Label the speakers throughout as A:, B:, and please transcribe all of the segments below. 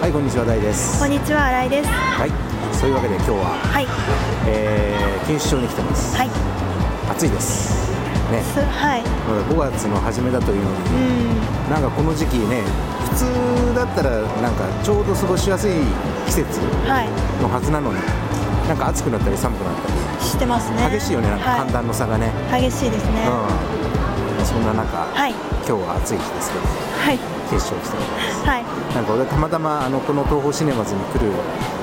A: はいこんにちは大です
B: こんにちは、新井です。
A: はいそういうわけで今日は、
B: はい。
A: えー、錦糸町に来てます、
B: はい。
A: 暑いですね
B: すはい。
A: まだ5月の初めだというの
B: う
A: に
B: ん。
A: なんかこの時期ね普通だったらなんかちょうど過ごしやすい季節
B: は
A: のはずなのになんか暑くなったり寒くなった
B: い。してますね。
A: り激しいよねなんか寒
B: は
A: 暖の差がね、
B: い。激しいですね。
A: うんそんな中、
B: はい。
A: 今日は暑い日ですけど
B: はい。
A: 決勝してます
B: はい。
A: なんか俺たまたまあのこの東宝シネマズに来る、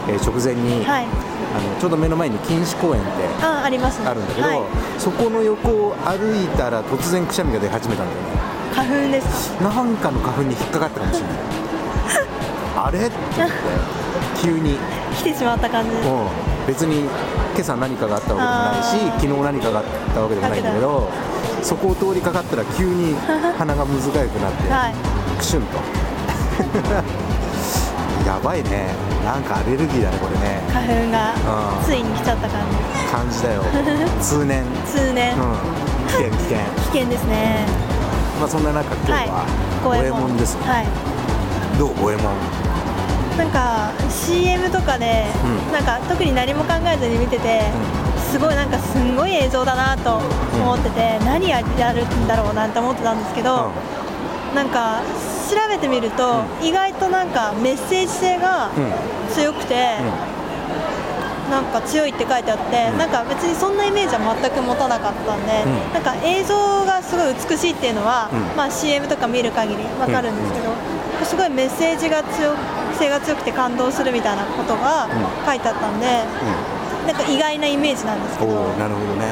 A: えー直前に、
B: はい。
A: あのちょうど目の前に錦糸公園って
B: あ、ありますね。
A: あるんだけど、
B: はい
A: そこの横を歩いたら突然くしゃみが出始めたんだよね
B: 花粉です
A: なんかの花粉に引っかかったかもし れないあれって言って急に
B: か。来てしまった感じです。
A: もう別に今朝何かがあったわけでもない
B: あ
A: し昨
B: ー
A: 日何かがあったわけでもないんだけどそこを通りかかったら急に鼻がむずがゆくなって、
B: はい。
A: クシュンと やばいねなんかアレルギーだねこれね
B: 花粉
A: う
B: が
A: ん
B: ついに来ちゃった感
A: 感じだよ通年
B: じ。通
A: う
B: 年
A: ん危険危険
B: 危険ですね。
A: まあそんな中今日
B: はい
A: は。五右衛門ですね、
B: はい。
A: どう五右衛門
B: なんか CM とかで、
A: うん
B: なんか特に何も考えずに見てて、すごいなんかすんごい映像だなと思ってて、何やるんだろうなって思ってたんですけど、なんか調べてみると、意外となんかメッセージ性が
A: うんうん
B: 強くて、
A: うん
B: なんか強いって書いてあって、なんか別にそんなイメージは全く持たなかったんで、
A: うん
B: なんか映像がすごい美しいっていうのは、
A: うん
B: まあ、CM とか見る限りわかるんですけど、すごいメッセージが強性が強くて感動するみたいなことが
A: う
B: 書いてあったんで、なんか意外なイメージなんですけ
A: うん
B: ど
A: おおなるほどね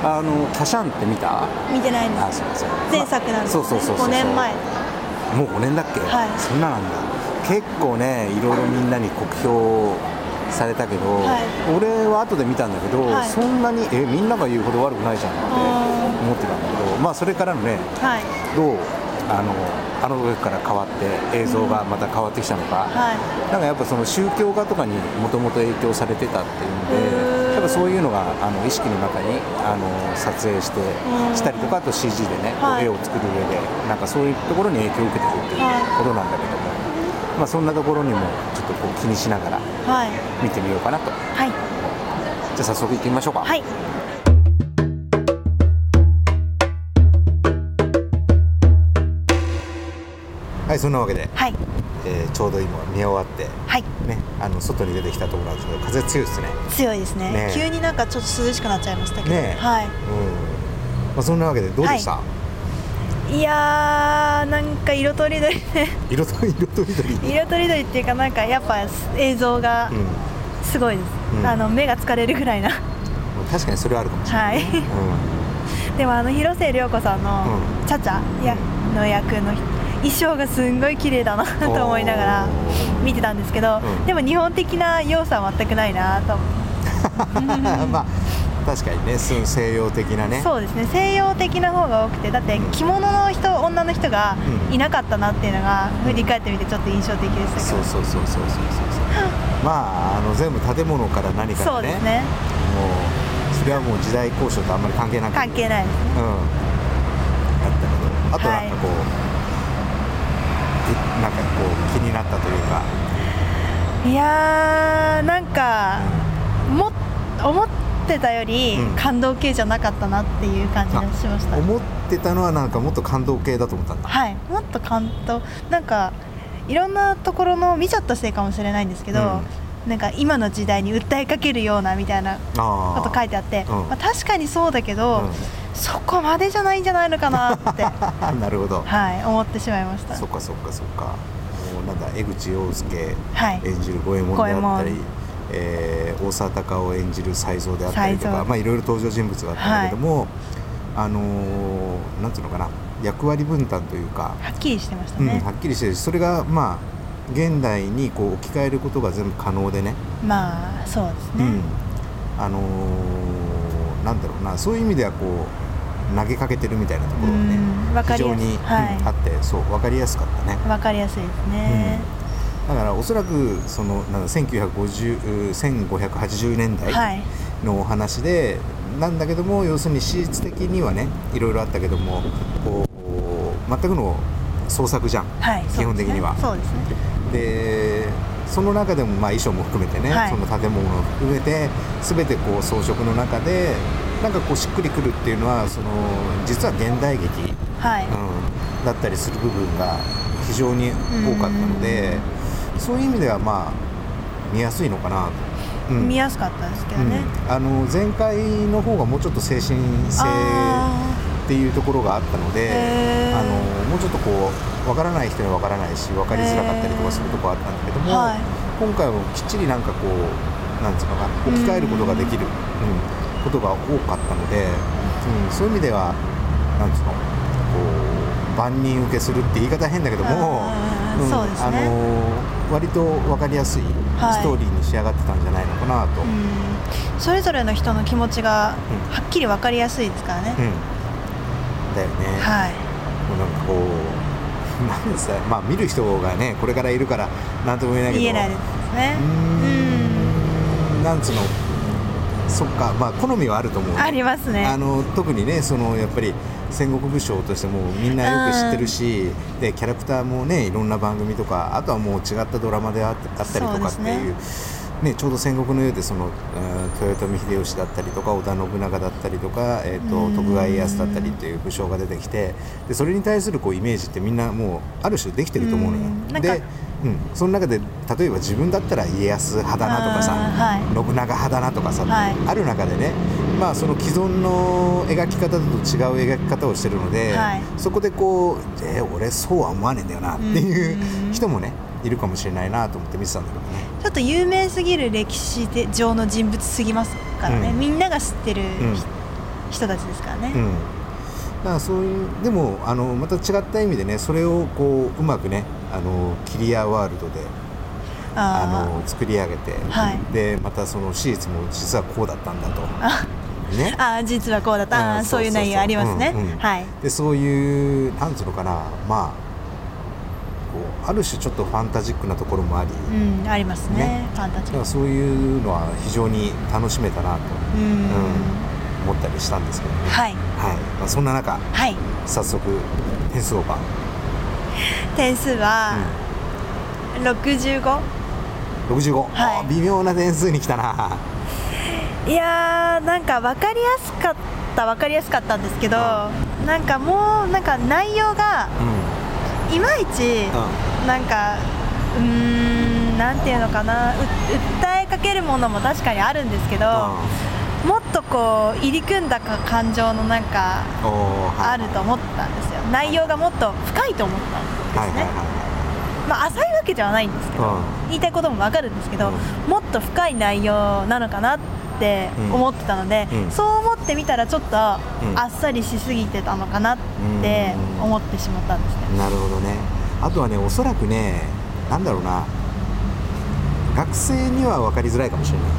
A: あの「キャシャン」って見た
B: 見てないんで
A: あ
B: す
A: そうそう
B: 前作なんです、
A: そうそうそうそう
B: 5年前
A: もう5年だっけ、
B: はい
A: そんななんだ結構ねいろいろみんなに酷評されたけど、
B: はい
A: 俺は後で見たんだけど、
B: はい
A: そんなにえみんなが言うほど悪くないじゃんって思ってたんだけどまあそれからのね
B: はい
A: どうあのあの時から変わって映像がまた変わってきたのか、
B: は
A: なんかやっぱその宗教画とかにもともと影響されてたっていうので
B: へー
A: やっぱそういうのがあの意識の中にあの撮影して
B: うん
A: したりとかあと CG でね、
B: はい
A: 絵を作る上でなんかそういうところに影響を受けてるっていう
B: はい
A: ことなんだけども、まあ、そんなところにもちょっとこう気にしながら
B: いはい
A: 見てみようかなと
B: はい
A: じゃあ早速行ってみましょうか、
B: はい
A: はいそんなわけで、
B: はい
A: えーちょうど今見終わって、
B: はい
A: ね、あの外に出てきたところなんですけど風強いですね。
B: 強いですね
A: ねえ
B: 急になんかちょっと涼しくなっちゃいましたけど、
A: ねえ
B: はい
A: うんまあ、そんなわけでどうでした、
B: いやーなんか色とりどりで
A: 色と色とりどり、
B: 色とりどりっていうかなんかやっぱ映像が
A: うん、
B: すごいです、
A: うん
B: あの目が疲れるぐらいな
A: 確かにそれはあるかもしれない、
B: はいでもあの広末涼子さんの
A: う
B: チャチャやの役の衣装がすんごい綺麗だな
A: うん
B: と思いながら見てたんですけど、
A: うん
B: でも日本的な要素は全くないなと思って
A: まあ確かにねその西洋的なね
B: そうですね西洋的な方が多くてだって着物の人女の人がいなかったなっていうのが振り返ってみてちょっと印象的でしたけ
A: そ
B: ど、
A: うそうそうそうそうそうそうまああの全部建物から何か
B: そ
A: ら
B: う
A: ね
B: ですね
A: もうそれはもう時代交渉とあんまり関係なく
B: 関係ないですね
A: うんあったけどあとなんかこう、えなんかこう気になったというか
B: いやーなんかも思ってたより
A: うん
B: 感動系じゃなかったなっていう感じがしました、
A: 思ってたのはなんかもっと感動系だと思ったんだ
B: はいもっと感動なんかいろんなところの見ちゃったせいかもしれないんですけど、なんか今の時代に訴えかけるようなみたいな
A: あ
B: こと書いてあって
A: うん
B: まあ、確かにそうだけど、そこまでじゃないんじゃないのかなって
A: あ、うん、なるほど
B: はい思ってしまいました
A: そっかそっかそっかもうなんだ江口洋介
B: はい
A: 演じる五右衛門であったり
B: 五右衛門、
A: えー大沢たかお演じる才蔵であったりと
B: 才
A: か、
B: 蔵
A: まあ、いろいろ登場人物があったんだけども、あのーなんていうのかな役割分担というか、
B: はっきりしてました
A: うん、
B: ね
A: は、っきりしてるしそれがまあ現代にこう置き換えることが全部可能でね、
B: まあそうです
A: う
B: ね、
A: ん、あのーなんだろうなそういう意味ではこう投げかけてるみたいなところがね、
B: うんわか
A: 非
B: りや
A: 常
B: す
A: に、
B: はい
A: うんあってそう分かりやすかったね。
B: わかりやすいですね、
A: だからおそらくそのなんだ1950うー1580年代
B: はい
A: のお話でなんだけども要するに史実的にはねいろいろあったけどもこう全くの創作じゃん、
B: はい、
A: 基本的には
B: そうですね
A: でその中でもまあ衣装も含めてね、
B: はい
A: その建物も含めて全てこう装飾の中でなんかこうしっくりくるっていうのはその実は現代劇、
B: そうですねはい、
A: うん、だったりする部分が非常に多かったのでそういう意味ではまあ見やすいのかなと。うん
B: 見やすかったですけど
A: うん
B: ね、
A: あの前回の方がもうちょっと精神性
B: あ
A: っていうところがあったので、
B: へー
A: あのもうちょっとこう分からない人には分からないし分かりづらかったりとかするとこあったんだけど
B: ー
A: も、
B: はい
A: 今回もきっちりなんかこうなんつうのかな置き換えることができる、うんことが多かったので、うん、そういう意味ではなんつうのこう万人受けするって言い方変だけども
B: あ、ーそうですね
A: あの割と分かりやすい
B: はい
A: ストーリーに仕上がってたんじゃないのかなと。うん
B: うんそれぞれの人の気持ちが
A: うん
B: はっきり分かりやすいですからね、
A: だよね、
B: はい
A: もうなんかこう なんですかまあ見る人がねこれからいるからなんとも言えないけど
B: 言えないですね
A: うーんなんつうのそっかまあ好みはあると思う、
B: うんありますね
A: あの特にねそのやっぱり戦国武将としてもみんなよく知ってるし、でキャラクターもねいろんな番組とかあとはもう違ったドラマであっあったりとかっていう。ね、ちょうど戦国の世でその、うん豊臣秀吉だったりとか織田信長だったりとか、えー、
B: う
A: と
B: ん
A: 徳川家康だったりという武将が出てきてでそれに対するこうイメージってみんなもうある種できてると思うのよ
B: うん。なんか
A: で、うん、その中で例えば自分だったら家康派だなとかさ、
B: あ
A: 信
B: ー
A: 長派だなとかさ、
B: はい
A: ある中でね、まあ、その既存の描き方と違う描き方をしてるので、
B: はい
A: そこでこう「えー俺そうは思わねえんだよな」っていう
B: うん
A: 人もねいるかもしれないなと思って見てたんだけどね。
B: ちょっと有名すぎる歴史で上の人物すぎますからね、
A: うん
B: みんなが知ってる、
A: うん
B: ひ人たちですからね、
A: うんだからそういうでもあのまた違った意味でねそれをこううまくねあのキリアワールドであ
B: あ
A: の作り上げて、
B: はい
A: でまたその史実も実はこうだったんだと。ね
B: ー、あー実はこうだったあ
A: うん
B: ーそういう内容ありますね、
A: そうそうそううんうん
B: はい
A: でそういうなんつうのかなまあこうある種ちょっとファンタジックなところもあり、
B: うんありますね
A: ね
B: ファンタジ
A: だか
B: ー
A: らそういうのは非常に楽しめたなと
B: うん、
A: 思ったりしたんですけどね、
B: はい
A: はいまあ、そんな中
B: はい
A: 早速点数オーバー、
B: 点数は
A: う
B: 65
A: ん、65、
B: は
A: あ
B: い
A: 微妙な点数に来たな、
B: いやーなんか分かりやすかった分かりやすかったんですけど、なんかもうなんか内容が
A: うん
B: いまいち、なんかうーんなんていうのかなう訴えかけるものも確かにあるんですけど、もっとこう入り組んだか感情のなんか
A: おーはい
B: あると思ったんですよ内容がもっと深いと思ったん
A: はい
B: です
A: はい
B: ね、
A: は
B: まあ浅いわけじゃないんですけど、
A: うん
B: 言いたいこともわかるんですけど、
A: うん
B: もっと深い内容なのかなって思ってたので、
A: うん
B: そう思ってみたらちょっとあっさりしすぎてたのかなって思ってしまったんですね、
A: いなるほどねあとはねおそらくねなんだろうな学生には分かりづらいかもしれない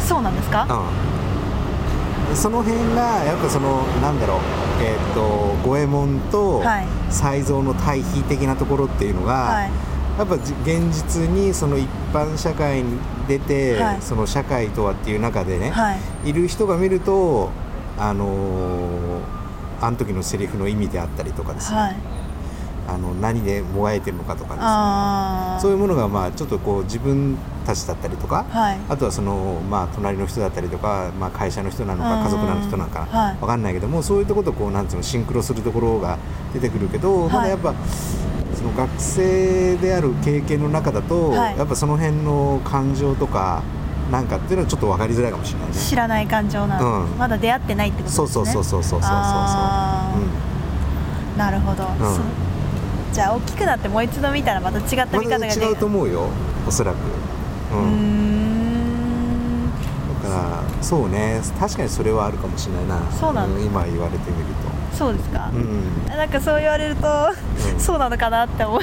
B: そうなんですか、
A: うん、その辺がやっぱそのなんだろうえっ、と五右衛門と
B: はい
A: 才蔵の対比的なところっていうのが、
B: はい
A: やっぱじ現実にその一般社会に出て、
B: はい
A: その社会とはっていう中でね、
B: はい
A: い、る人が見るとあのーあの時のセリフの意味であったりとかですね、
B: はい
A: あの何でもがいてるのかとかですね
B: ああ
A: そういうものがまあちょっとこう自分たちだったりとか、
B: はい
A: あとはその、まあ、隣の人だったりとか、まあ、会社の人なの
B: うん
A: か家族なの人なのか
B: はい
A: わかんないけども、そういうとことこうなんつうのシンクロするところが出てくるけど、
B: はい
A: まだやっぱその学生である経験の中だと、
B: はい
A: やっぱその辺の感情とかなんかっていうのはちょっと分かりづらいかもしれないね。
B: 知らない感情なの、
A: うん
B: まだ出会ってないってことです
A: そ
B: ね
A: うそうそうそうそうそうそう
B: あー
A: う
B: なるほど、
A: ん
B: そうじゃあ大きくなってもう一度見たらまた違った見
A: ん、ま
B: 方が
A: だ
B: でき
A: 違うと
B: う
A: 思うよおそらく、う
B: ー
A: ん
B: ん
A: だからそうね確かにそれはあるかもしれないな
B: そうなんだ
A: ん今言われてみる
B: そうですか
A: と、うん、
B: なんかそう言われると、
A: うん
B: そうなのかなって思う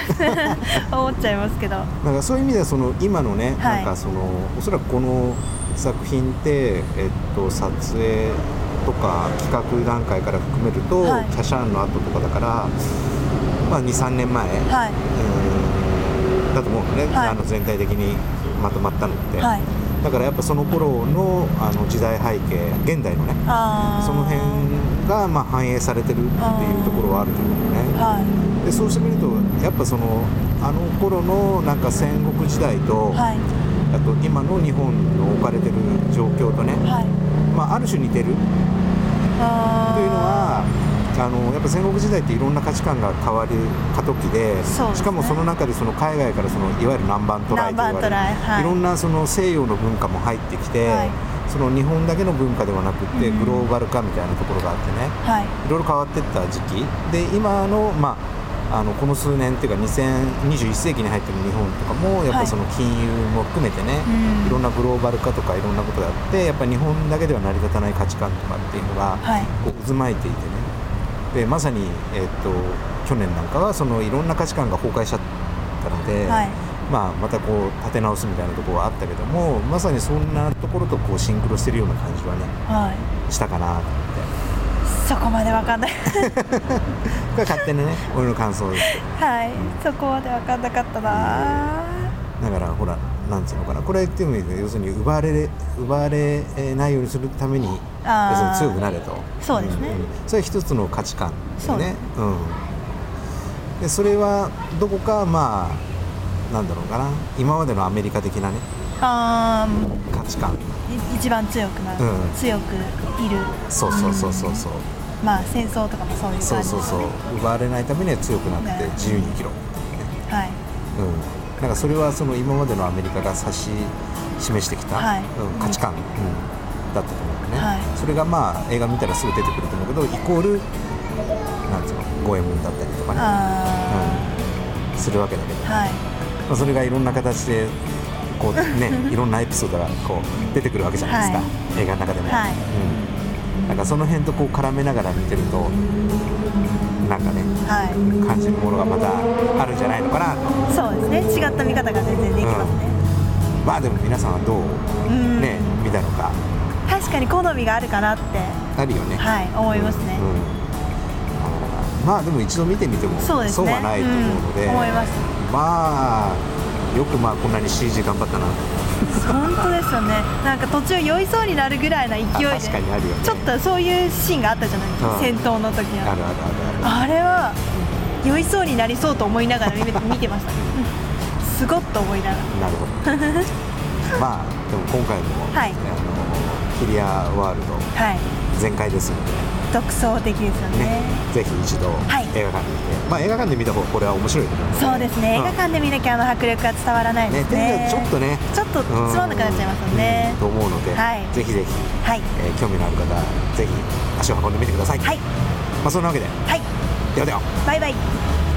B: 思っちゃいますけど
A: なんかそういう意味ではその今のね、
B: は
A: な
B: い
A: んかそのおそらくこの作品って、えっと、撮影とか企画段階から含めると、
B: はい
A: キャシャンの後とかだから、まあ、23年前、
B: は
A: うーんだと思うのね、
B: はい
A: あの全体的にまとまったのって、
B: いはい
A: だからやっぱその頃のあの時代背景現代のねその辺がまあ反映されてるっていうところはあると思うんだよね、はい、でそうしてみるとやっぱそのあの頃のなんか戦国時代と、はい、あと今の日本の置かれてる状況とね、はい、まあ、ある種似てるというのはあのやっぱ戦国時代っていろんな価値観が変わる過渡期で、ね、しかもその中でその海外からそのいわゆる南蛮トライと言われる、はい、いろんなその西洋の文化も入ってきて、はい、その日本だけの文化ではなくてグローバル化みたいなところがあってね、はい、いろいろ変わっていった時期で今の、まあ、あのこの数年っていうか2021世紀に入ってる日本とかもやっぱその金融も含めてね、はい、いろんなグローバル化とかいろんなことがあってやっぱ日本だけでは成り立たない価値観とかっていうのが、はい、こう渦巻いていてねでまさに、えーと、と去年なんかはそのいろんな価値観が崩壊しちゃったので、はい、まあ、またこう立て直すみたいなところはあったけどもまさにそんなところとこうシンクロしてるような感じはね、はい、したかなと思
B: ってそこまで分かんない
A: 勝手に ね俺の感想です
B: はい、うん、そこまで分かんなかったな、
A: だからほらなんていうのかなこれ言ってもいいけど要するに奪われ奪われないようにするために要するに強くなれと
B: そうですね、う
A: う
B: ん
A: ん、それは一つの価値観ですねそうんでそれはどこかまあなんだろうかな今までのアメリカ的なね
B: あ
A: 価値観
B: 一番強くなる、うん、強くいる
A: そうそうそうそうそう、
B: まあ戦争とかもそういう感じ、ね、
A: そうそうそう奪われないためには強くなって自由に生きろ、ね、
B: はい、
A: うんなんかそれはその今までのアメリカが指し示してきた、はい、価値観、うん、だったと思うんだね、はい、それがまあ映画見たらすぐ出てくると思うけどイコールなんつうの五右衛門だったりとかね、うん、するわけだけど、はい、まあ、それがいろんな形でこう ねいろんなエピソードがこう出てくるわけじゃないですか、映画の中でも、うん、なんかその辺とこう絡めながら見てるとなんかね、はい、感じるものがまたあるんじゃないのかな
B: そうですね違った見方が全然できますね、
A: うん、まあでも皆さんはどう、うん、ね見たのか
B: 確かに好みがあるかなって
A: あるよね
B: はい思いますね、うん
A: うん、まあでも一度見てみてもそう、ね,、はないと思うので、
B: 思います
A: まあよくまあこんなに CG 頑張ったなと
B: 本当ですよねなんか途中酔いそうになるぐらいな勢いで
A: 確かにあるよ、ね、
B: ちょっとそういうシーンがあったじゃないですか、うん、戦闘の時
A: はあるある
B: あるあれは酔いそうになりそうと思いながら見て 見てました、ね、すごっと思いな
A: がらなるほどまあでも今回も、はい、あのクリアワールド全開ですので、はい
B: 独創的ですよね、ね、、
A: ぜひ一度映画館で見て、はい、まあ映画館で見た方がこれは面白いと思います
B: ね、そうですね、うん、映画館で見なきゃあの迫力が伝わらないですね、ね、
A: ちょっとね
B: ちょっとつまんなくなっちゃいますよね、
A: と思うので、はい、ぜひぜひ、はいえー、興味のある方ぜひ足を運んでみてください、
B: はい
A: まあ、そんなわけで、
B: はい、
A: ではでは
B: バイバイ